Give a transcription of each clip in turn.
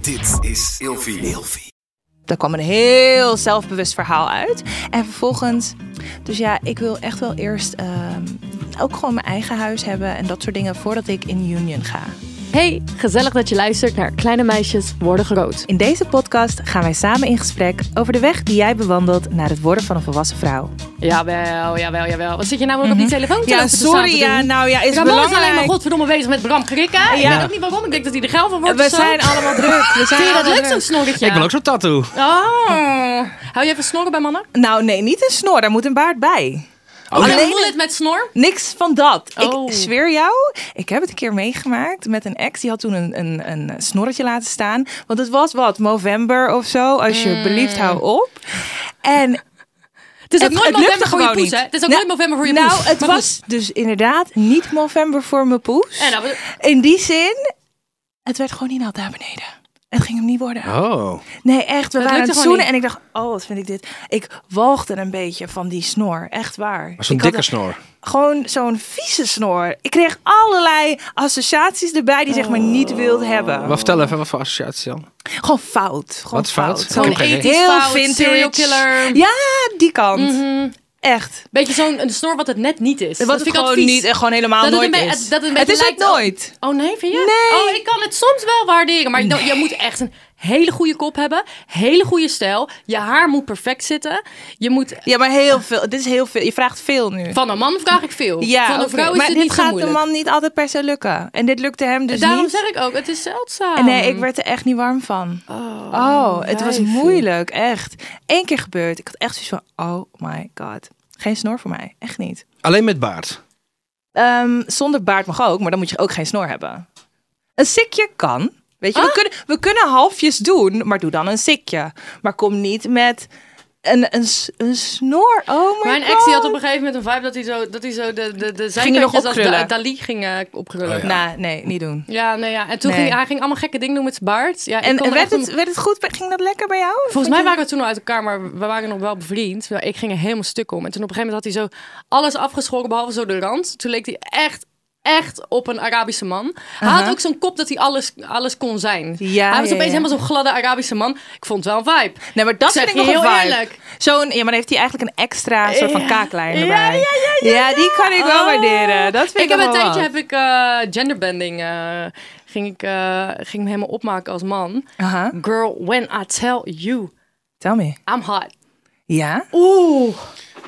Dit is Ilfie. Daar kwam een heel zelfbewust verhaal uit. En vervolgens, dus ja, ik wil echt wel eerst ehm, ook gewoon mijn eigen huis hebben en dat soort dingen voordat ik in union ga. Hey, gezellig dat je luistert naar Kleine Meisjes Worden Groot. In deze podcast gaan wij samen in gesprek over de weg die jij bewandelt naar het worden van een volwassen vrouw. Jawel, jawel, jawel. Wat zit je nou weer op die telefoon te Mhm. Ja, lopen te sorry, zaten ja, doen? nou ja, is Ramon is alleen maar belangrijk. godverdomme bezig met Bram Krikke. Ik Ja. weet ook niet waarom. Ik denk dat hij er geil van wordt We of zo. zijn allemaal druk. We zijn Vind je dat allemaal leuk, zo'n druk. snorretje? Ik wil ook zo'n tattoo. Oh. Hou je even snorren bij mannen? Oh, Nou nee, niet een snor, daar moet een baard bij. Alleen Alleen- een mullet met snor? Niks van dat. Oh. Ik zweer jou, ik heb het een keer meegemaakt met een ex. Die had toen een, een, een snorretje laten staan. Want het was wat, november of zo. Alsjeblieft, hou op. En Hmm. Het is ook nooit lukte november voor je gewoon poes, hè? niet. Het is ook Nou, nooit november voor je nou, poes. het Maar was dus inderdaad niet november voor mijn poes. goed. En nou, In die zin, het werd gewoon niet nat daar beneden. Het ging hem niet worden. Oh. Nee, echt. We Het waren aan lukte het gewoon zoenen niet. en ik dacht, oh, wat vind ik dit. Ik walgde een beetje van die snor. Echt waar. Maar zo'n Ik had dikke snor. gewoon zo'n vieze snor. Ik kreeg allerlei associaties erbij die ik zeg maar niet wilde hebben. Maar vertel even, wat voor associatie dan? Gewoon fout. Gewoon Wat is fout? Ik Gewoon heb geen idee. heel Heel fout, vintage. serial killer. Ja, die kant. Echt. Beetje zo'n een snor wat het net niet is. Wat dat dat vind ik gewoon altijd vies. niet en gewoon helemaal Dat het nooit een be- is. dat het een het beetje is het lijkt op- nooit. Oh nee, vind je? Nee. Oh, ik kan het soms wel waarderen. Maar je moet echt een hele goede kop hebben. Hele goede stijl. Je haar moet perfect zitten. Je moet... Ja, maar heel veel. Dit is heel veel. Je vraagt veel nu. Van een man vraag ik veel. ja, Van een oké. vrouw is maar het dit niet zo gaat moeilijk. de man niet altijd per se lukken. En dit lukte hem dus Daarom niet. zeg ik ook, het is zeldzaam. En nee, ik werd er echt niet warm van. Oh, Oh, het was wijfie. moeilijk, echt. Eén keer gebeurd. Ik had echt zoiets van, oh my god. Geen snor voor mij, echt niet. Alleen met baard. Ehm, zonder baard mag ook, maar dan moet je ook geen snor hebben. Een sikje kan. Weet Ah. je, we, kunnen, we kunnen halfjes doen, maar doe dan een sikje. Maar kom niet met een, een, s- een snor. Oh my Mijn god. ex die had op een gegeven moment een vibe dat hij zo, dat hij zo de, hij de, de nog zijkantjes als opkrullen? Da- Dali ging eh, opkrullen. Oh, ja. ja. Nou, nee, niet doen. nee, ja. En toen Nee. ging hij ging allemaal gekke dingen doen met zijn baard. Ja, ik En, kon en er werd, echt een- het, werd het goed? Ging dat lekker bij jou? Volgens Vond mij je- waren we toen al uit elkaar, maar we waren nog wel bevriend. Maar ik ging er helemaal stuk om. En toen op een gegeven moment had hij zo alles afgeschoren, behalve zo de rand. Toen leek hij echt, echt op een Arabische man. Hij had ook zo'n kop dat hij alles, alles kon zijn. Ja, hij was ja, opeens ja. helemaal zo'n gladde Arabische man. Ik vond het wel een vibe. Nee, maar dat Zeg vind ik je nog een heel vibe. eerlijk. Zo'n, ja, maar dan heeft hij eigenlijk een extra soort van kaaklijn Ja, erbij. ja, ja, Ja, die kan ik wel Oh. waarderen. Dat vind ik, heb nog een wel tijdje wat. heb ik, eh, genderbending. eh, ging ik eh, ging me helemaal opmaken als man. Aha, Girl, when I tell you, tell me. I'm hot. Ja? Oeh.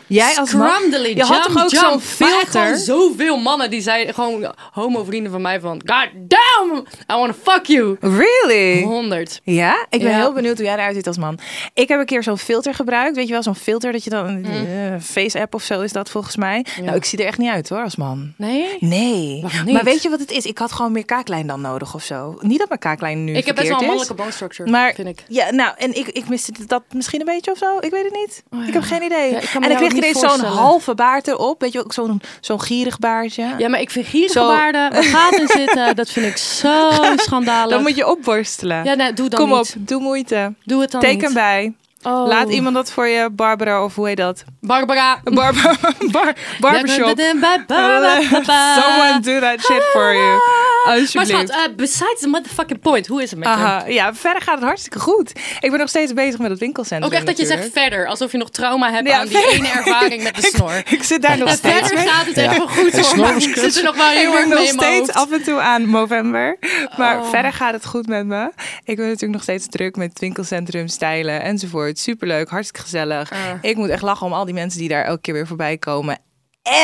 Jij als man, Scrumdally, je had jump, toch ook jump. zo'n Maar echt gewoon filter? zoveel mannen die zeiden, gewoon homo-vrienden van mij van... God damn, I wanna fuck you. Really? 100. Ja? Ik ben Oh. Ja. heel benieuwd hoe jij eruit ziet als man. Ik heb een keer zo'n filter gebruikt. Weet je wel, zo'n filter dat je Mm. dan... eh, Face-app of zo is dat volgens mij. Nou, ik zie er echt niet uit hoor, als man. Nee? Nee. Waarom niet? Maar weet je wat het is? Ik had gewoon meer kaaklijn dan nodig of zo. Niet dat mijn kaaklijn nu Ik heb best wel verkeerd een is. mannelijke bone structure, Maar vind ik. ja, nou, en ik, ik miste dat misschien een beetje of zo. Ik weet het niet. Ik heb geen idee. Ah. Ja, ik kan me en ik jou kreeg ook niet ineens zo'n voorstellen. halve baard erop. Weet je ook zo'n zo'n gierig baardje. Ja, maar ik vind gierige Zo- baarden, waar gaten in zitten, dat vind ik zo schandalig. Dan moet je opborstelen. Ja, nee, doe dan Kom niet. op, doe moeite. Doe het dan Teken niet. bij. Oh. Laat iemand dat voor je, Barbara of hoe heet dat? Barbara. Barbara, bar, barbershop. Someone Someone do that shit for you. Maar schat, Alsjeblieft. eh, besides the motherfucking point, hoe is het met je? Aha, ja, verder gaat het hartstikke goed. Ik ben nog steeds bezig met het winkelcentrum. Ook echt dat je natuurlijk. zegt verder, alsof je nog trauma hebt Ja, aan die ene ervaring met de snor. Ik zit daar nog Ja, steeds verder mee. gaat het echt wel goed Het hoor. snor maar is ik kut. zit er nog wel Ik heel ben erg nog mee in mijn steeds hoofd. Oh. af en toe aan november. Maar verder gaat het goed met me. Ik ben natuurlijk nog steeds druk met winkelcentrum, stijlen enzovoort. Superleuk, hartstikke gezellig. Ah. Ik moet echt lachen om al die mensen die daar elke keer weer voorbij komen.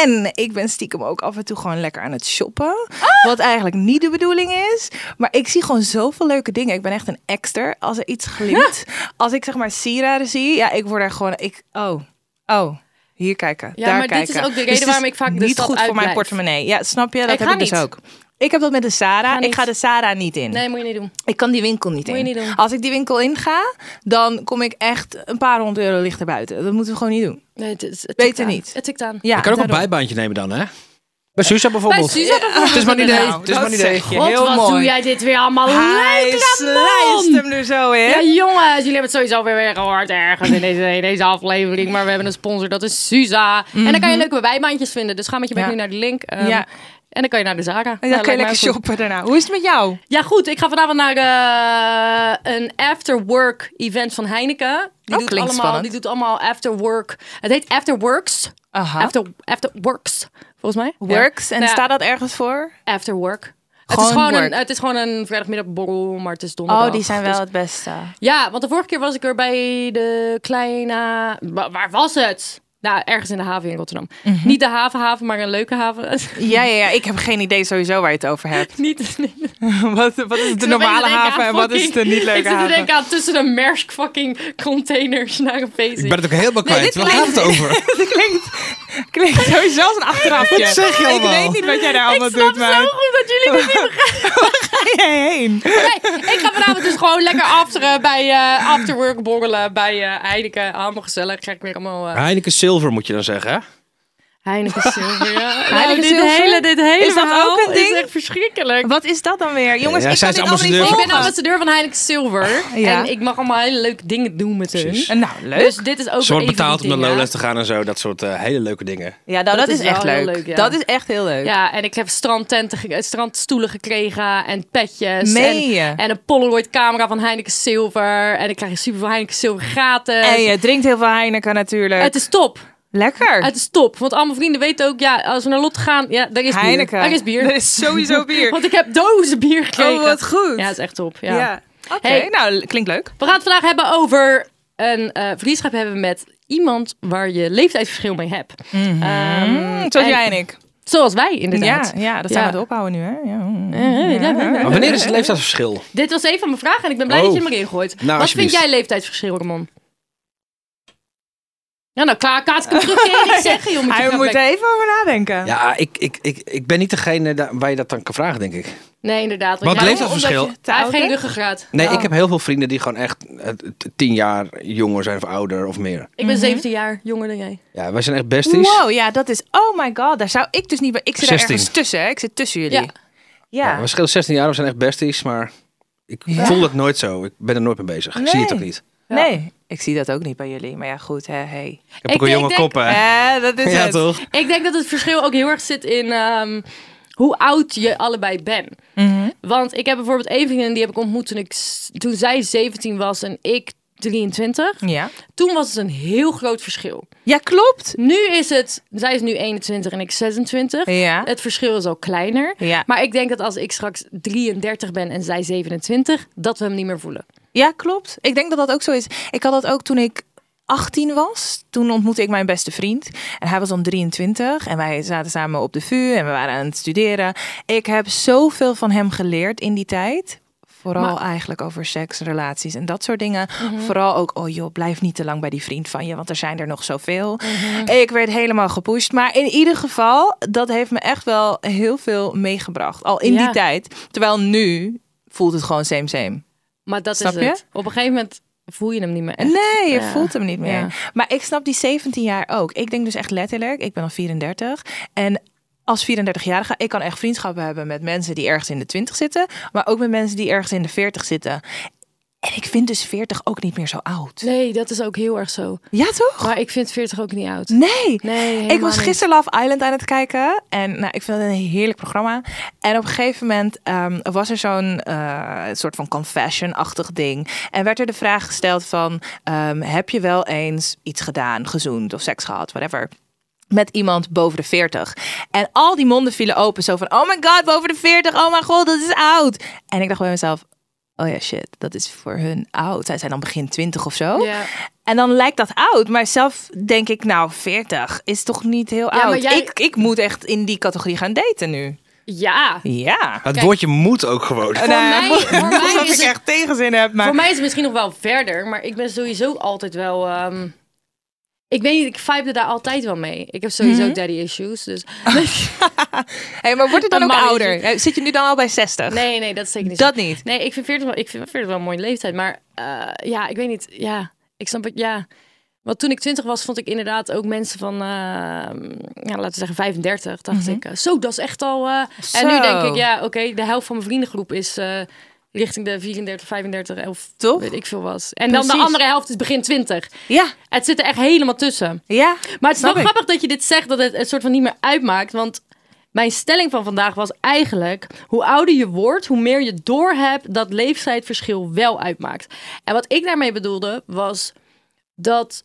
En ik ben stiekem ook af en toe gewoon lekker aan het shoppen. Ah. Wat eigenlijk niet de bedoeling is. Maar ik zie gewoon zoveel leuke dingen. Ik ben echt een exter. Als er iets glimt. Als ik zeg maar sieraden zie. Ja, ik word er gewoon... Ik, oh, oh. Hier kijken, Ja, daar maar dit is kijken. ook de Dus reden het is waarom ik vaak de niet stad goed voor mijn uitblijf. portemonnee. Ja, snap je? Dat Ik heb ga ik dus niet. ook. Ik heb dat met de Sara. ga ik ga niet. de Sara niet in. Nee, moet je niet doen. Ik kan die winkel niet Moet je in. niet doen. Als ik die winkel inga, dan kom ik echt een paar honderd euro lichter buiten. Dat moeten we gewoon niet doen. Nee, het, is- het tikt Beter aan. niet. Het tikt aan. Ja, je kan ook een daarom. bijbaantje nemen dan, hè? Bij Suza bijvoorbeeld. Bij Suza bijvoorbeeld, Het is maar een idee. inderdaad. Het is maar een Nou, Dat idee. zeg je. God, Heel wat mooi. doe jij dit weer allemaal Hij leuk, slijst Ramon? hem er zo in. Ja, jongens, jullie hebben het sowieso weer weer gehoord ergens in deze, in deze aflevering. Maar we hebben een sponsor, dat is Suza. En dan kan je leuke bijbaantjes vinden. Dus ga met je bek Mhm. Ja. nu naar die link. Ehm, Ja. En dan kan je naar de Zara. En dan kan Ja, je lijkt mij lekker goed. shoppen daarna. Hoe is het met jou? Ja, goed. Ik ga vanavond naar eh, een after-work event van Heineken. Die, Oh, doet klinkt allemaal, spannend. die doet allemaal after-work. Het heet Afterworks. Aha. After, afterworks, volgens mij. Ja. Ah. Works. En Nou ja, staat dat ergens voor? Afterwork. Het Gewoon is, gewoon work. een, het is gewoon een vrijdagmiddagborrel, maar het is donderdag. Oh, die zijn wel Dus- het beste. ja, want de vorige keer was ik er bij de kleine... Wa- Waar was het? Nou, ergens in de haven in Rotterdam. Mhm. Niet de havenhaven, maar een leuke haven. Ja, ja, ja. Ik heb geen idee sowieso waar je het over hebt. Niet, niet, wat, wat is de Ik zit opeens normale te denken haven en aan wat is fucking- de niet Ik leuke zit te haven? denken aan tussen de Maersk fucking containers naar een feest. Ik ben het ook helemaal Nee, kwijt. dit Waar gaat het over? Het klinkt, klinkt sowieso als een achterafje. Wat zeg je allemaal? Ik weet niet wat jij daar Ik allemaal snap doet, maar zo goed dat jullie dit niet ga je heen? Nee, ik ga vanavond dus gewoon lekker afteren bij eh, Afterwork borrelen bij eh, Heineken. Allemaal gezellig. Krijg ik weer allemaal... eh Heineken Silver moet je dan zeggen, hè? Heineken Silver. ja. Heineken dit Silver? hele, dit hele Is dat verhaal ook een ding? is echt verschrikkelijk. Wat is dat dan weer? Jongens, Ja, ik zij kan is dit allemaal niet ambassadeur Ik ben volgen. ambassadeur van Heineken Silver. Ah, Ja. En ik mag allemaal hele leuke dingen doen met hun. Precies. Eh, Nou, leuk. Dus dit is ook Ze wordt een van betaald om die naar dingen. Lowlands te gaan en zo. Dat soort eh, hele leuke dingen. ja, nou, dat, dat is, is echt wel heel leuk. leuk, ja. Dat is echt heel leuk. Ja, en ik heb strandtenten, ge- eh, strandstoelen gekregen en petjes. Meen en, je? en een Polaroid camera van Heineken Silver. En ik krijg super veel Heineken Silver gratis. En je drinkt heel veel Heineken natuurlijk. Het is top. Lekker. Het is top. Want al mijn vrienden weten ook, ja, als we naar Lot gaan, ja, daar is Heineken. bier. Er is bier. Er is sowieso bier. Want ik heb dozen bier gekregen. Oh, wat goed. Ja, het is echt top. Ja. Ja. Oké, Hey. nou, klinkt leuk. We gaan het vandaag hebben over een eh vriendschap hebben met iemand waar je leeftijdsverschil mee hebt. Ehm, Mm, Mhm. zoals en- jij en ik. Zoals wij, inderdaad. Ja, ja, dat zijn we Ja. aan het ophouden nu, hè? Ja. ja, ja, ja. Maar wanneer is het leeftijdsverschil? Dit was even mijn vraag en ik ben blij Oh. dat je hem erin gooit. Wat vind alsjeblieft. jij leeftijdsverschil, Ramon? Nou, nou, klaar, Kaat, kan terugkeren. Ik zeg, joh, moet je Hij gaan moet plek- er even over nadenken. Ja, ik, ik, ik, ik ben niet degene da- waar je dat aan kan vragen, denk ik. Nee, inderdaad. Wat ja, leeftijdsverschil? omdat je- Hij heeft Oké. geen ruggengraat. Nee, Oh. ik heb heel veel vrienden die gewoon echt eh, t- tien jaar jonger zijn of ouder of meer. Ik Mhm. ben 17 jaar jonger dan jij. Ja, wij zijn echt besties. Wow, ja, dat is. Oh my god, daar zou ik dus niet bij. Ik zit er 16. ergens tussen, hè? Ik zit tussen jullie. Ja. Ja. Ja, we schelen 16 jaar, we zijn echt besties, maar ik voel dat nooit zo. Ik ben er nooit mee bezig. Ik zie het ook niet. Nee, ik zie dat ook niet bij jullie. Maar ja, goed, hè, hey. Ik Ik- heb ook een ik jonge denk- kop, hè? Eh, dat is Ja, het. toch? Ik denk dat het verschil ook heel erg zit in ehm, hoe oud je allebei bent. Mhm. Want ik heb bijvoorbeeld één vriendin, die heb ik ontmoet toen, ik, s- toen zij 17 was en ik 23. Ja. Toen was het een heel groot verschil. ja, klopt. Nu is het, zij is nu 21 en ik 26. Ja. Het verschil is al kleiner. Ja. Maar ik denk dat als ik straks 33 ben en zij 27, dat we hem niet meer voelen. Ja, klopt. Ik denk dat dat ook zo is. Ik had dat ook toen ik 18 was. Toen ontmoette ik mijn beste vriend. En hij was dan 23. En wij zaten samen op de VU en we waren aan het studeren. Ik heb zoveel van hem geleerd in die tijd. Vooral eigenlijk over seks, relaties en dat soort dingen. Vooral ook, oh joh, blijf niet te lang bij die vriend van je, want er zijn er nog zoveel. Ik werd helemaal gepusht. Maar in ieder geval, dat heeft me echt wel heel veel meegebracht. Al in Ja. die tijd. Terwijl nu voelt het gewoon same same. Maar dat Snap is je? het. Op een gegeven moment voel je hem niet meer echt. Nee, je Ja. voelt hem niet meer. Ja. Maar ik snap die 17 jaar ook. Ik denk dus echt letterlijk, ik ben al 34. En als 34-jarige, ik kan echt vriendschappen hebben met mensen die ergens in de 20 zitten. Maar ook met mensen die ergens in de 40 zitten. En ik vind dus 40 ook niet meer zo oud. Nee, dat is ook heel erg zo. Ja, toch? Maar ik vind 40 ook niet oud. Nee. Nee, Ik helemaal was niet. gisteren Love Island aan het kijken. En nou, ik vind dat een heerlijk programma. En op een gegeven moment ehm, was er zo'n eh, soort van confession-achtig ding. En werd er de vraag gesteld van... ehm, heb je wel eens iets gedaan, gezoend of seks gehad, whatever... Met iemand boven de 40. En al die monden vielen open. Zo van: Oh my god, boven de 40. Oh mijn god, dat is oud. En ik dacht bij mezelf: Oh ja, shit, dat is voor hun oud. Zij zijn dan begin 20 of zo. Ja. En dan lijkt dat oud, maar zelf denk ik, nou, 40 is toch niet heel maar oud. jij- Ik, ik moet echt in die categorie gaan daten nu. Ja. Ja. Het woordje moet ook gewoon. Voor mij- Nou, voor mij alsof ik is het- echt tegenzin heb, maar... Voor mij is het misschien nog wel verder, maar ik ben sowieso altijd wel. ehm, ik weet niet, ik vibe daar altijd wel mee. Ik heb sowieso daddy issues. Dus... Hey, maar wordt het dan Een ook mannetje. ouder? Eh, Zit je nu dan al bij 60? Nee, nee, dat is zeker niet. zo. Dat niet. Nee, ik vind 40 wel, ik vind 40 wel een mooie leeftijd. Maar eh, ja, ik weet niet. Ja, ik snap het. Ja. Want toen ik 20 was, vond ik inderdaad ook mensen van, eh, ja, laten we zeggen 35, dacht ik. eh, zo, dat is echt al. eh, En nu Mhm. Zo. denk ik, ja, oké, de helft van mijn vriendengroep is eh, richting de 34, 35, of Toch? weet ik veel was. En dan de Precies. andere helft is begin 20. Ja, Het zit er echt helemaal tussen. ja. Maar het is Snap wel ik. grappig dat je dit zegt, dat het een soort van niet meer uitmaakt. Want Mijn stelling van vandaag was eigenlijk: hoe ouder je wordt, hoe meer je doorhebt dat leeftijdsverschil wel uitmaakt. En wat ik daarmee bedoelde was dat.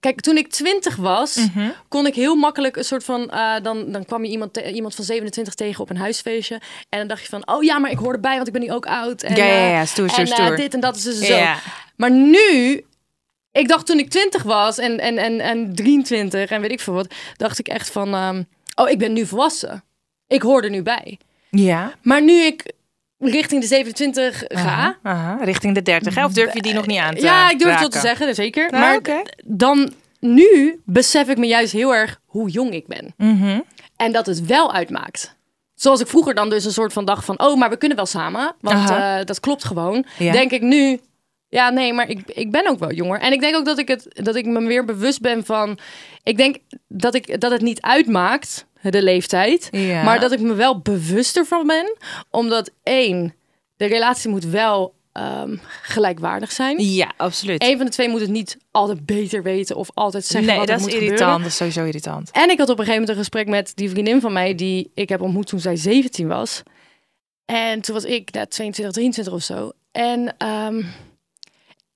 Kijk, toen ik 20 was, Mhm. kon ik heel makkelijk een soort van. eh, dan, dan kwam je iemand, te- iemand van 27 tegen op een huisfeestje. En dan dacht je van: oh ja, maar ik hoor erbij, want ik ben nu ook oud. En, Ja, ja, ja, eh, stoer, stoer, en, eh, stoer. dit en dat is dus zo. Ja. Maar nu, ik dacht toen ik 20 was en, en, en, en 23 en weet ik veel wat, dacht ik echt van, ehm, oh, ik ben nu volwassen. Ik hoor er nu bij. Ja. Maar nu ik richting de 27 ga, Aha, aha. Richting de 30. Hè? Of durf je die nog niet Mhm. aan te ja, ik durf het wel te raken? zeggen, zeker. Nou, maar oké. d- dan nu besef ik me juist heel erg hoe jong ik ben. Mhm. En dat het wel uitmaakt. Zoals ik vroeger dan dus een soort van dacht van... oh, maar we kunnen wel samen, want Aha. eh, dat klopt gewoon. Ja. Denk ik nu, ja, nee, maar ik, ik ben ook wel jonger. En ik denk ook dat ik, het, dat ik me weer bewust ben van... ik denk dat, ik, dat het niet uitmaakt, de leeftijd... Ja. maar dat ik me wel bewuster van ben. Omdat één, de relatie moet wel ehm, gelijkwaardig zijn. Ja, absoluut. Eén van de twee moet het niet altijd beter weten of altijd zeggen nee, wat er dat is moet irritant. gebeuren. Dat is sowieso irritant. En ik had op een gegeven moment een gesprek met die vriendin van mij die ik heb ontmoet toen zij 17 was. En toen was ik net 22, 23 of zo. En ehm,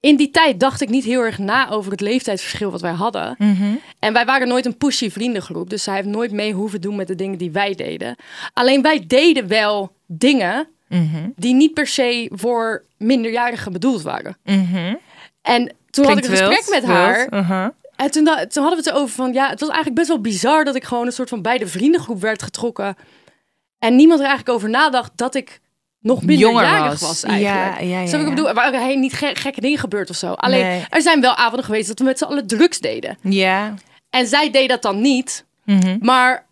in die tijd dacht ik niet heel erg na over het leeftijdsverschil wat wij hadden. Hm. Mhm. En wij waren nooit een pushy vriendengroep. Dus zij heeft nooit mee hoeven doen met de dingen die wij deden. Alleen wij deden wel dingen Mhm. die niet per se voor minderjarigen bedoeld waren. En toen Mhm. Klinkt had ik een wild, gesprek met wild. Uh-huh. haar. Aha. En toen, da- toen hadden we het erover van, ja, het was eigenlijk best wel bizar dat ik gewoon een soort van bij de vriendengroep werd getrokken. En niemand er eigenlijk over nadacht dat ik nog minderjarig Jonger was. was. eigenlijk. Ja, ja, ja, Snap ik ja. bedoel, er waren hey, niet ge- gekke dingen gebeurd of zo. Alleen, Nee. er zijn wel avonden geweest dat we met z'n allen drugs deden. Ja. En zij deed dat dan niet, Mhm. maar...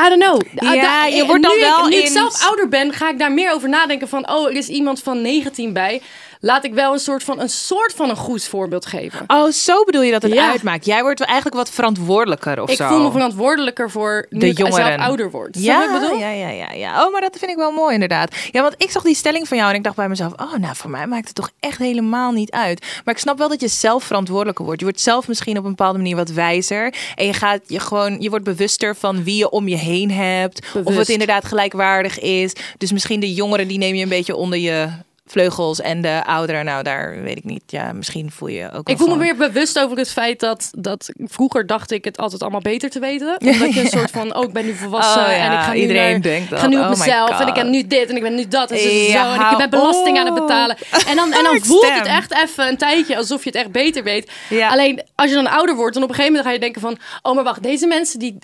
I don't know. Ja, Da- je wordt nu dan ik- wel nu ik in- zelf ouder ben, ga ik daar meer over nadenken van... oh, er is iemand van 19 bij. Laat ik wel een soort van, een soort van een goed voorbeeld geven. Oh, zo bedoel je dat het Ja. uitmaakt. Jij wordt wel eigenlijk wat verantwoordelijker of Ik zo. voel me verantwoordelijker voor nu De ik zelf jongeren. ouder word. Snap je Ja, wat ik bedoel? ja, ja, ja, ja. Oh, maar dat vind ik wel mooi inderdaad. Ja, want ik zag die stelling van jou en ik dacht bij mezelf... oh, nou, voor mij maakt het toch echt helemaal niet uit. Maar ik snap wel dat je zelf verantwoordelijker wordt. Je wordt zelf misschien op een bepaalde manier wat wijzer. En je, gaat je, gewoon, je wordt bewuster van wie je om je heen hebt. Of het Bewust. inderdaad gelijkwaardig is. Dus misschien de jongeren, die neem je een beetje onder je vleugels. En de ouderen, nou, daar weet ik niet. Ja, misschien voel je ook wel Ik voel me van- weer bewust over het feit dat, dat vroeger dacht ik het altijd allemaal beter te weten. Omdat je een soort van, oh, ik ben nu volwassen Oh ja, en ik ga nu, iedereen naar- denkt ga dat. nu op Oh my mezelf en ik God. heb nu dit en ik ben nu dat en zo, en Ja, zo en ik hou ben belasting aan het op. betalen. En dan, en dan Ik voelt stem. het echt even een tijdje alsof je het echt beter weet. Ja. Alleen als je dan ouder wordt, dan op een gegeven moment ga je denken van, oh, maar wacht, deze mensen die...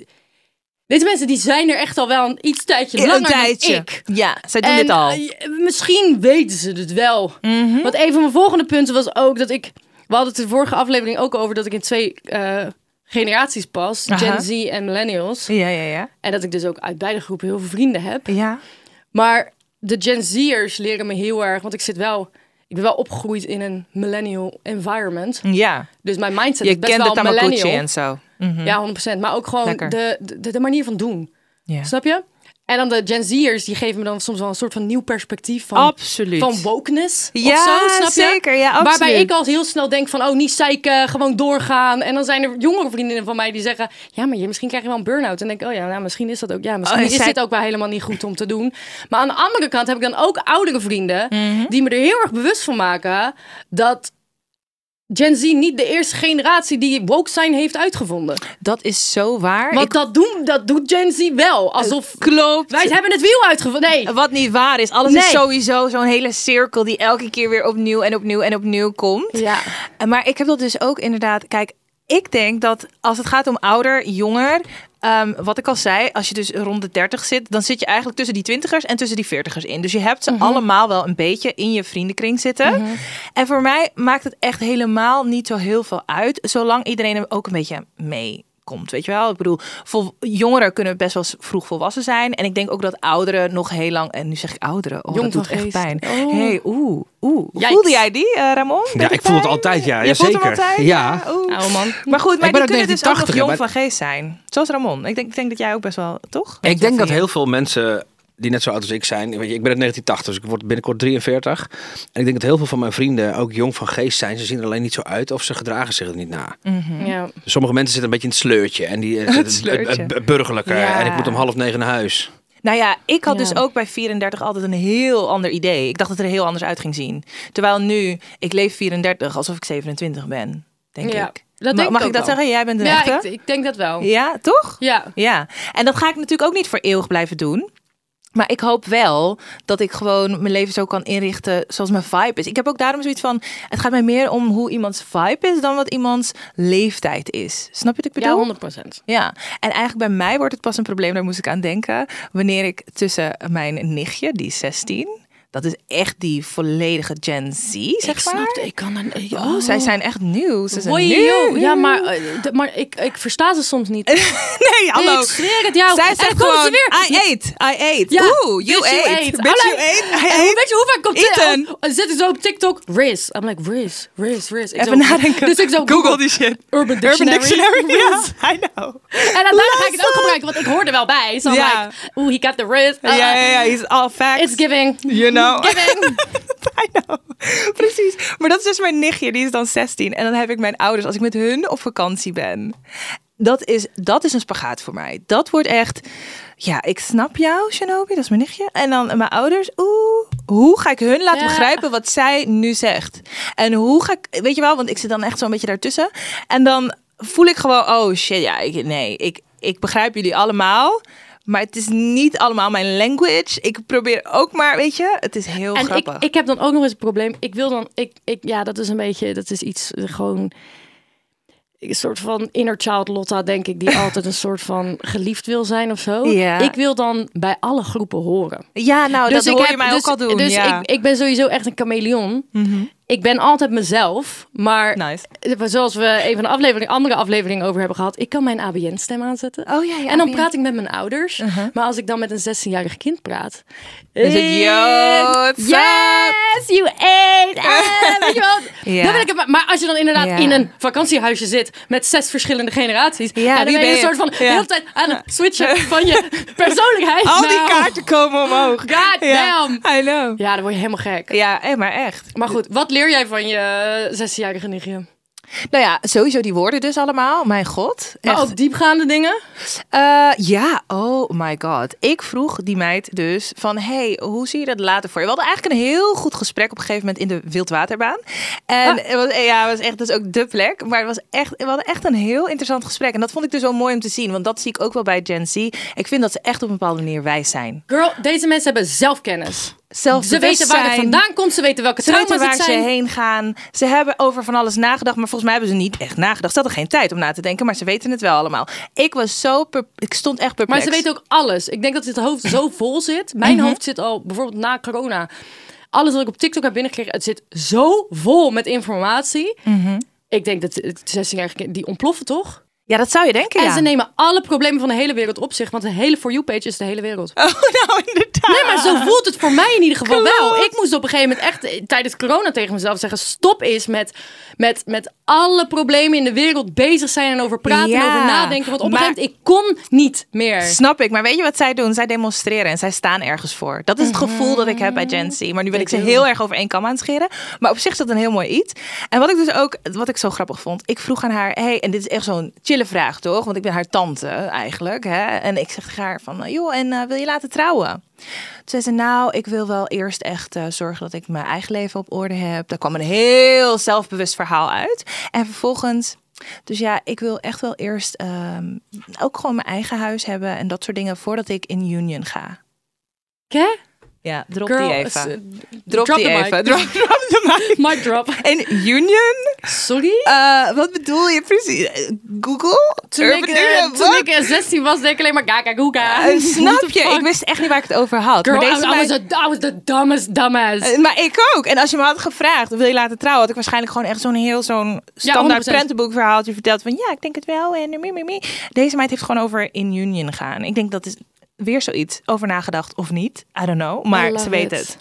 Deze mensen die zijn er echt al wel een iets tijdje langer een tijdje. dan ik. Ja, zij doen En, dit al. Mhm. eh, je- misschien weten ze het wel. Want een van mijn volgende punten was ook dat ik. We hadden het de vorige aflevering ook over dat ik in twee eh, generaties pas: Gen Aha. Z en Millennials. Ja, ja, ja. En dat ik dus ook uit beide groepen heel veel vrienden heb. Ja. Maar de Gen Z'ers leren me heel erg. Want ik zit wel. Ik ben wel opgegroeid in een millennial environment. Ja. Dus mijn mindset Je is best kent de wel Tamagotchi millennial. en zo. Ja, 100%. Maar ook gewoon Lekker. de, de, de manier van doen. Ja. Snap je? En dan de Gen Z'ers, die geven me dan soms wel een soort van nieuw perspectief van, Absoluut. van wokeness of Ja, zo, snap je? zeker. Ja, absoluut. Waarbij ik al heel snel denk van, oh, niet zeiken, gewoon doorgaan. En dan zijn er jongere vriendinnen van mij die zeggen, ja, maar je, misschien krijg je wel een burn-out. En dan denk ik, oh ja, nou, misschien is dat ook, ja, misschien Oh, is zij- dit ook wel helemaal niet goed om te doen. Maar aan de andere kant heb ik dan ook oudere vrienden Mhm. die me er heel erg bewust van maken dat... Gen Z niet de eerste generatie die woke zijn heeft uitgevonden. Dat is zo waar. Want Ik- dat, doen, dat doet Gen Z wel. Alsof Klopt. wij hebben het wiel uitgevonden. Nee. Wat niet waar is. Alles Nee. is sowieso zo'n hele cirkel die elke keer weer opnieuw en opnieuw en opnieuw komt. Ja. En Maar ik heb dat dus ook inderdaad. Kijk, ik denk dat als het gaat om ouder, jonger. ehm, wat ik al zei, als je dus rond de 30 zit, dan zit je eigenlijk tussen die twintigers en tussen die veertigers in. Dus je hebt Mhm. ze allemaal wel een beetje in je vriendenkring zitten. En voor mij maakt het echt helemaal niet zo heel veel uit, zolang iedereen hem ook een beetje mee komt, weet je wel? Ik bedoel, vol, jongeren kunnen best wel s- vroeg volwassen zijn. En ik denk ook dat ouderen nog heel lang... En nu zeg ik ouderen, oh, dat Jong doet van echt geest. pijn. Oh. hey, oeh, oeh. Yikes. Voelde jij die, eh, Ramon? Deed Ja, het ik voel het pijn? altijd, ja. Je Ja, voelt hem zeker. altijd? Ja. oeh. Oude Maar Nou, man. goed, maar Ik ben die ook kunnen dus ook nog 1980, jong maar- van geest zijn. Zoals Ramon. Ik denk, ik denk dat jij ook best wel, toch? Ik denk dat heel veel mensen die net zo oud als ik zijn. Weet je, ik ben uit 1980, dus ik word binnenkort 43. En ik denk dat heel veel van mijn vrienden ook jong van geest zijn. Ze zien er alleen niet zo uit of ze gedragen zich er niet na. Mm. Ja. Dus sommige mensen zitten een beetje in het sleurtje. En die eh, zitten- eh, sleurtje. eh, burgerlijke. Ja. En ik moet om half negen naar huis. Nou ja, ik had Ja. dus ook bij 34 altijd een heel ander idee. Ik dacht dat het er heel anders uit ging zien. Terwijl nu, ik leef 34 alsof ik 27 ben, denk Ja, ik. dat Ma- denk ik Mag ook ik dat wel. zeggen? Jij bent een Ja, ik, echte? ik denk dat wel. Ja, toch? Ja. Ja, en dat ga ik natuurlijk ook niet voor eeuwig blijven doen. Maar ik hoop wel dat ik gewoon mijn leven zo kan inrichten zoals mijn vibe is. Ik heb ook daarom zoiets van, het gaat mij meer om hoe iemands vibe is dan wat iemands leeftijd is. Snap je wat ik bedoel? Ja, 100 procent. Ja, en eigenlijk bij mij wordt het pas een probleem, daar moest ik aan denken, wanneer ik tussen mijn nichtje, die is 16, dat is echt die volledige Gen Z, zeg maar. ik kan een... Oh, zij zijn echt nieuw. Ze zijn Hoi, nieuw. joh. Ja, maar, eh, d- maar ik, ik versta ze soms Eh, niet. Nee, hallo. Ik zweer het jou. Zij En zegt komen ze gewoon, weer. I ate, I ate. Ja, Oeh, you bitch, ate. Bitch, you ate. you Alleen- ate, I En ate. hoe- weet je hoe vaak komt Eten. Oh, en zitten ze op TikTok? Riz. I'm like, Riz, Riz, Riz. Ik Even zo- nadenken. Dus ik zo Google die shit. Urban Dictionary. Ja, Ah, I know. En dan daarna ga ik het ook gebruiken, want ik hoor er wel bij. So I'm Ja. like, oeh, he got the Riz. Uh, Ja, ja, ja, is all facts. It's giving. You know. Giving. I know. Precies. Maar dat is dus mijn nichtje, die is dan 16. En dan heb ik mijn ouders, als ik met hun op vakantie ben. Dat is, dat is een spagaat voor mij. Dat wordt echt, ja, ik snap jou, Shinobi, dat is mijn nichtje. En dan mijn ouders, oeh, hoe ga ik hun laten Ja. begrijpen wat zij nu zegt? En hoe ga ik, weet je wel, want ik zit dan echt zo'n beetje daartussen. En dan voel ik gewoon, oh shit, ja, ik, nee, ik, ik begrijp jullie allemaal. Maar het is niet allemaal mijn language. Ik probeer ook maar, weet je, het is heel En ik, grappig. ik heb dan ook nog eens een probleem. Ik wil dan, ik, ik, ja, dat is een beetje, dat is iets eh, gewoon. Een soort van inner child Lotta, denk ik, die altijd een soort van geliefd wil zijn of zo. Ja. Ik wil dan bij alle groepen horen. Ja, nou, dat hoor je mij dus, ook al doen. Dus ja. Mhm. ik, ik ben sowieso echt een chameleon. Ik ben altijd mezelf, maar Nice. zoals we een van de aflevering, andere aflevering over hebben gehad, ik kan mijn ABN-stem aanzetten. Oh ja, ja, en dan ABN. praat ik met mijn ouders. Maar als ik dan met een 16-jarig kind praat, eh, Is het, yo, what's up? Yes, you ate. eh, weet je wel? Ja. Dan wil ik het, maar- maar als je dan inderdaad Ja. in een vakantiehuisje zit met zes verschillende generaties, Ja, wie en dan ben ben je een je? soort van de Ja. hele tijd aan het switchen van je persoonlijkheid. Al die Nou. kaarten komen omhoog. God damn. Ja, I know. Ja, dan word je helemaal gek. Ja, eh, maar echt. Maar goed, wat leer jij van je 16-jarige nichtje? Nou ja, sowieso die woorden dus allemaal. Mijn god. Maar Echt. ook diepgaande dingen? Eh, ja, oh my god. Ik vroeg die meid dus van, hey, hoe zie je dat later voor je? We hadden eigenlijk een heel goed gesprek op een gegeven moment in de Wildwaterbaan. En het was, ja, het was echt dus ook de plek. Maar het was echt, we hadden echt een heel interessant gesprek. En dat vond ik dus wel mooi om te zien. Want dat zie ik ook wel bij Gen Z. Ik vind dat ze echt op een bepaalde manier wijs zijn. Girl, deze mensen hebben zelfkennis. Ze Zelfbewust weten waar het zijn. vandaan komt, ze weten welke Ze weten trauma's waar het ze zijn. heen gaan. Ze hebben over van alles nagedacht. Maar volgens mij hebben ze niet echt nagedacht. Ze hadden geen tijd om na te denken. Maar ze weten het wel allemaal. Ik was zo... per- Ik stond echt perplex. Maar ze weten ook alles. Ik denk dat het hoofd zo vol zit. Mijn Mhm. hoofd zit al, bijvoorbeeld na corona, alles wat ik op TikTok heb binnengekregen, het zit zo vol met informatie. Mhm. Ik denk dat de 16-jarige kind- die ontploffen toch? Ja, dat zou je denken, ja. En ze nemen alle problemen van de hele wereld op zich, want de hele For You-page is de hele wereld. Oh, nou inderdaad. Nee, maar zo voelt het voor mij in ieder geval Klopt. wel. Ik moest op een gegeven moment echt eh, tijdens corona tegen mezelf zeggen: stop eens met, met, met alle problemen in de wereld bezig zijn en over praten en Ja, over nadenken. Want op een maar- gegeven moment, ik kon niet meer. Snap ik, maar weet je wat zij doen? Zij demonstreren en zij staan ergens voor. Dat is het gevoel dat ik heb bij Gen Z. Maar nu ben ik ze heel erg over één kam aan het scheren. Maar op zich is dat een heel mooi iets. En wat ik dus ook, wat ik zo grappig vond. Ik vroeg aan haar, hey, en dit is echt zo'n chille vraag toch? Want ik ben haar tante eigenlijk. Hè? En ik zeg tegen haar van, joh, en eh, wil je laten trouwen? Toen zei ze, nou, ik wil wel eerst echt eh, zorgen dat ik mijn eigen leven op orde heb. Daar kwam een heel zelfbewust verhaal uit. En vervolgens, dus ja, ik wil echt wel eerst ehm, ook gewoon mijn eigen huis hebben en dat soort dingen voordat ik in union ga. Hè? Ja, drop Girl, die s- eh, even. Drop, drop die the mic. even. Drop, drop de mic. Mic drop. In union? Sorry? Eh, wat bedoel je precies? Eh, Google? Toen, ik, Urban eh, Union, toen wat? ik eh, 16 was, denk ik alleen maar gaga Eh, googa. snap je? Ik wist echt niet waar ik het over had. Girl, maar I, deze I was meid- the, I was the dumbest dumbass. Eh, Maar ik ook. En als je me had gevraagd, wil je laten trouwen, had ik waarschijnlijk gewoon echt zo'n heel zo'n standaard 100%. prentenboekverhaaltje verteld van ja, ik denk het wel en mie, mie, mie. Deze meid heeft gewoon over in union gaan. Ik denk dat is weer zoiets over nagedacht of niet. I don't know, maar love ze weet it. het.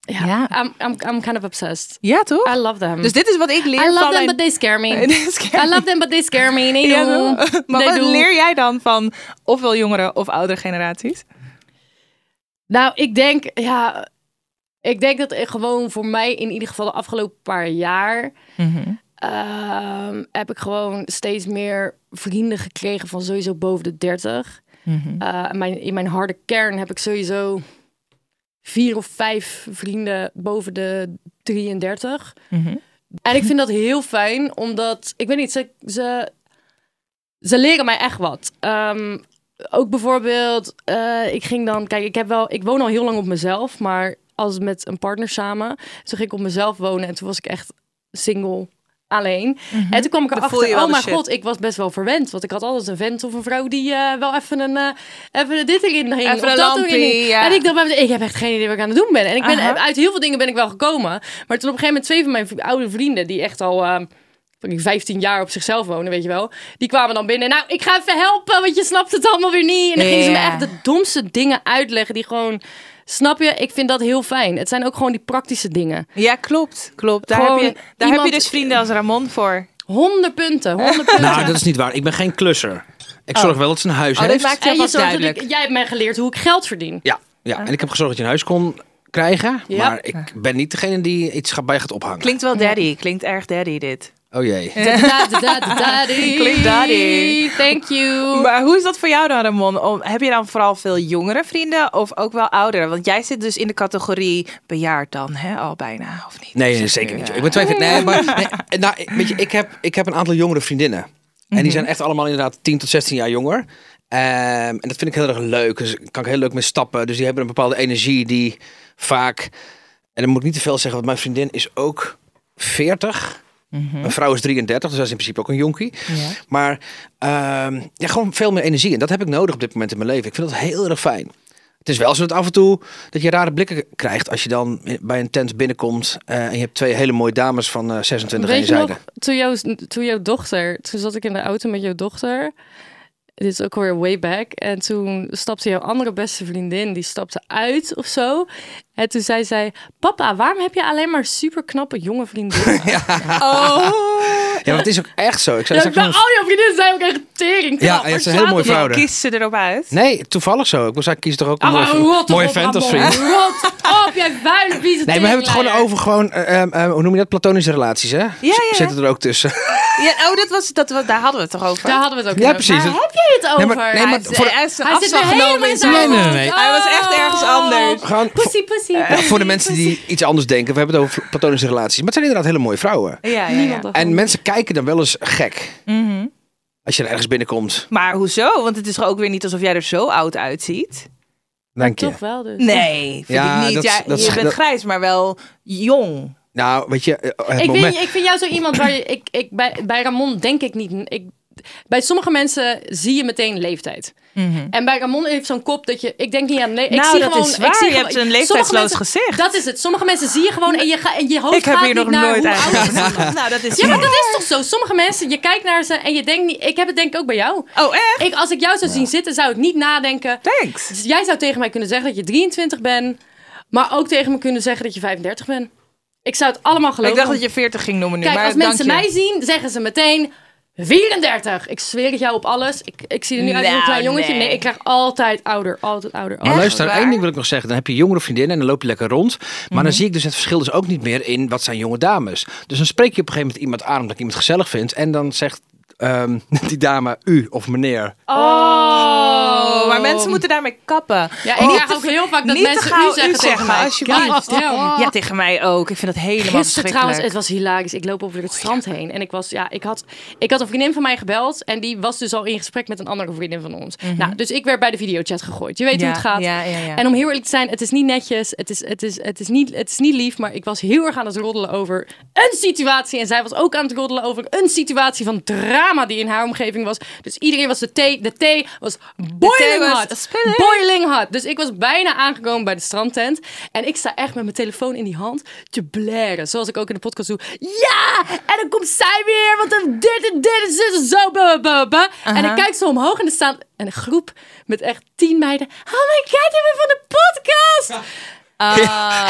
ja. ja. I'm, I'm, I'm kind of obsessed. Ja, toch? I love them. dus dit is wat ik leer Um, I love van them, mijn- but they scare me. Dit is scary. I love them, but they scare me. Nee, Ja, doen. toch? maar They wat do. leer jij dan van ofwel jongere of oudere generaties? Nou, ik denk, ja, ik denk dat er gewoon voor mij in ieder geval de afgelopen paar jaar Mhm. ehm, heb ik gewoon steeds meer vrienden gekregen van sowieso boven de 30. Mhm. Eh, en mijn, in mijn harde kern heb ik sowieso vier of vijf vrienden boven de 33. Mhm. En ik vind dat heel fijn, omdat ik weet niet, ze, ze, ze leren mij echt wat. Ehm, ook bijvoorbeeld, eh, ik ging dan, kijk, ik heb wel, ik woon al heel lang op mezelf, maar als met een partner samen, toen ging ik op mezelf wonen en toen was ik echt single. Alleen. En toen kwam ik Dan voel je erachter, wel oh de mijn shit. god, ik was best wel verwend. Want ik had altijd een vent of een vrouw die eh, wel even een, eh, even dit erin hing. Even of een dat lampie, erin hing. ja. En ik dacht bij mezelf, ik heb echt geen idee wat ik aan het doen ben. En ik ben, Aha. uit heel veel dingen ben ik wel gekomen. Maar toen op een gegeven moment twee van mijn v- oude vrienden, die echt al... eh, fucking 15 jaar op zichzelf wonen, weet je wel. Die kwamen dan binnen. Nou, ik ga even helpen, want je snapt het allemaal weer niet. En dan gingen ze me Ja. echt de domste dingen uitleggen die gewoon... Snap je? Ik vind dat heel fijn. Het zijn ook gewoon die praktische dingen. Ja, klopt. klopt. Daar, Gewoon heb, je, daar iemand- heb je dus vrienden als Ramon voor. 100 punten, 100 punten. Nou, dat is niet waar. Ik ben geen klusser. Ik zorg wel dat ze een huis Oh, dat heeft. maakt je en je pas zorgt dat duidelijk. ik, jij hebt mij geleerd hoe ik geld verdien. Ja, Oh. ja. en ik heb gezorgd dat je een huis kon krijgen. Ja. Maar ik ben niet degene die iets gaat- bij gaat ophangen. Klinkt wel daddy. Klinkt erg daddy dit. Oh jee. Da- da- da- da- daddy. Klinkt daddy. Thank you. Maar hoe is dat voor jou dan, Ramon? Om, heb je dan vooral veel jongere vrienden of ook wel ouderen? Want jij zit dus in de categorie bejaard dan, hè? Al bijna, of niet? Dus eh, Nee, nee, zeker niet. joh. Ik ben twijfel. Oh. Nee, maar nee, nou, ik- weet je, ik heb, ik heb een aantal jongere vriendinnen. En Mhm. die zijn echt allemaal inderdaad 10 tot 16 jaar jonger. Ehm, en dat vind ik heel erg leuk. Dus daar kan ik heel leuk mee stappen. Dus die hebben een bepaalde energie die vaak. En dan moet ik niet te veel zeggen, want mijn vriendin is ook 40. Mijn vrouw is 33, dus dat is in principe ook een jonkie. Mhm. Ja. Maar ehm, ja, gewoon veel meer energie. En dat heb ik nodig op dit moment in mijn leven. Ik vind dat heel erg fijn. Het is wel zo dat af en toe dat je rare blikken krijgt als je dan bij een tent binnenkomt eh, en je hebt twee hele mooie dames van eh, 26 aan je Weet je zijde. nog, toen jouw, toen jouw dochter, toen zat ik in de auto met jouw dochter. Dit is ook weer way back. En toen stapte jouw andere beste vriendin, die stapte uit of zo. En toen zei zij, papa, waarom heb je alleen maar super knappe jonge vriendinnen? Oh! Ja, maar het is ook echt zo. Ik Ja, zei, ik straks nog dacht, al jouw vriendinnen zijn ook echt tering. Ja, knap. en het is Maar een hele slaat mooie op- vrouw. Kies ze erop uit. Nee, toevallig zo. Ik was eigenlijk kies toch ook een Ah, maar mooie, rot mooie op, vent als Ramon. vriend. Rot op, jij vuile vieze Nee, maar we hebben het gewoon teringleier. over gewoon, eh, ehm, ehm, hoe noem je dat, platonische relaties, hè? ja, ja. Zitten er ook tussen. Ja, oh, dat was, dat, was- daar hadden we het toch over? Daar hadden we het ook Ja, over. precies. Waar heb jij het Nee, over? maar- nee, maar Hij- voor de- hij is een hij zit afslag weer genomen in helemaal in Oh. zijn zijn Nee, nee, hoofd. nee. Hij was echt ergens anders. Gewoon, voor, Pussy, pussy. eh, ja, voor de mensen die iets anders denken, we hebben het over platonische relaties. Maar het zijn inderdaad hele mooie vrouwen. Ja, ja, ja. Niemand dacht En aan- mensen kijken dan wel eens gek. Mhm. Als je er ergens binnenkomt, Maar hoezo? Want het is toch ook weer niet alsof jij er zo oud uitziet? dank je. Toch wel dus. Nee, vind Ja, ik niet. dat- ja, dat- je bent dat- grijs, maar wel jong. Nou, weet je, eh, het Ik moment... vind, ik vind jou zo iemand waar je... Ik, ik, bij, bij Ramon denk ik niet... Ik, bij sommige mensen zie je meteen leeftijd. En bij Ramon heeft zo'n kop dat je... Ik denk niet aan... le- ik Mhm. Nou, zie dat gewoon, is waar. Ik zie Je gewoon- hebt een sommige leeftijdsloos mensen- gezicht. Dat is het. Sommige mensen zie je gewoon en je, ga, en je hoofd Ik heb gaat hier niet nog naar nooit hoe oud aan ze zijn. gedacht. Nou, dat is Ja, maar dat is toch zo? Sommige mensen, je kijkt naar ze en je denkt niet... Ik heb het denk ik ook bij jou. Oh, echt? Ik, als ik jou zou zien zitten, zou ik niet nadenken... Thanks. Dus jij zou tegen mij kunnen zeggen dat je 23 bent, maar ook tegen me kunnen zeggen dat je 35 bent. Ik zou het allemaal Ik geloven. dacht dat je 40 ging noemen nu. Kijk, maar als dank mensen je. mij zien, zeggen ze meteen 34. Ik zweer het jou op alles. Ik, ik zie er nu uit als een Nou, klein jongetje. Nee, nee. ik krijg altijd ouder, altijd ouder. Maar Altijd. Echt Oh, luister, waar? één ding wil ik nog zeggen. Dan heb je jongere vriendinnen en dan loop je lekker rond. Maar dan zie ik dus het verschil dus ook niet meer in wat zijn jonge dames. Dus dan spreek je op een gegeven moment iemand aan omdat ik iemand gezellig vind. En dan zegt ehm, die dame u of meneer. Oh, maar mensen moeten daarmee kappen. Ja, ik Niet krijg te- ook heel vaak dat niet te mensen gauw u zeggen tegen mij. alsjeblieft. God damn. Ja, tegen mij ook. Ik vind dat helemaal Gisteren trouwens, het verschrikkelijk. Oh, was hilarisch. Ik loop over het strand heen en ik was, ja, ik had, ik had een vriendin van mij gebeld en die was dus al in gesprek met een andere vriendin van ons. Nou, dus ik werd bij de videochat gegooid. Je weet Mhm. Ja, hoe het gaat. ja, ja, ja. En om heel eerlijk te zijn, het is niet netjes, het is, het is, het is niet, het is niet lief, maar ik was heel erg aan het roddelen over een situatie en zij was ook aan het roddelen over een situatie van drama die in haar omgeving was. Dus iedereen was de thee, de thee was boiling was hot, spilling. boiling hot. Dus ik was bijna aangekomen bij de strandtent. En ik sta echt met mijn telefoon in die hand te blaren. Zoals ik ook in de podcast doe. Ja! En dan komt zij weer, want dan dit en dit en dit en zo. bla, bla, bla, bla. En ik kijk zo omhoog en er Ah. staat een groep met echt tien meiden. Oh my god, je bent van de podcast!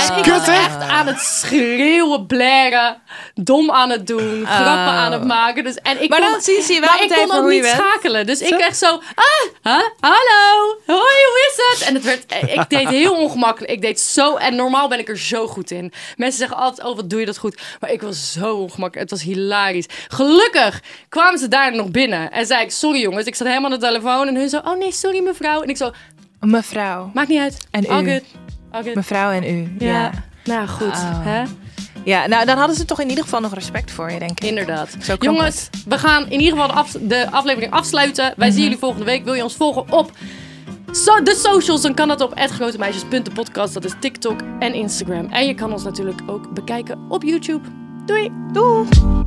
en ik was echt aan het schreeuwen, blaren, dom aan het doen, grappen aan het maken. Dus, en ik Ah. Maar kon, dan zien ze je wel maar ik meteen kon voor ook hoe je niet bent. schakelen. Dus ik echt zo, ah, huh, hallo, hoi, hoe is het? En het werd, eh, ik deed heel ongemakkelijk. Ik deed zo, en normaal ben ik er zo goed in. Mensen zeggen altijd, oh, wat doe je dat goed. Maar ik was zo ongemakkelijk. Het was hilarisch. Gelukkig kwamen ze daar nog binnen. En zei ik, sorry jongens, ik zat helemaal aan de telefoon. En hun zo, oh nee, sorry mevrouw. En ik zo, Mevrouw. maakt niet uit. En All u. good. All good. Mevrouw en u. Ja. Ja. Nou goed, Oh. hè? ja, nou dan hadden ze toch in ieder geval nog respect voor je, denk ik. Inderdaad. Zo klonk Jongens, we gaan in ieder geval de, af- de aflevering afsluiten. Wij zien jullie volgende week. Wil je ons volgen op so- de socials? Dan kan dat op @grotemeisjes.podcast. Dat is TikTok en Instagram. En je kan ons natuurlijk ook bekijken op YouTube. Doei! Doei!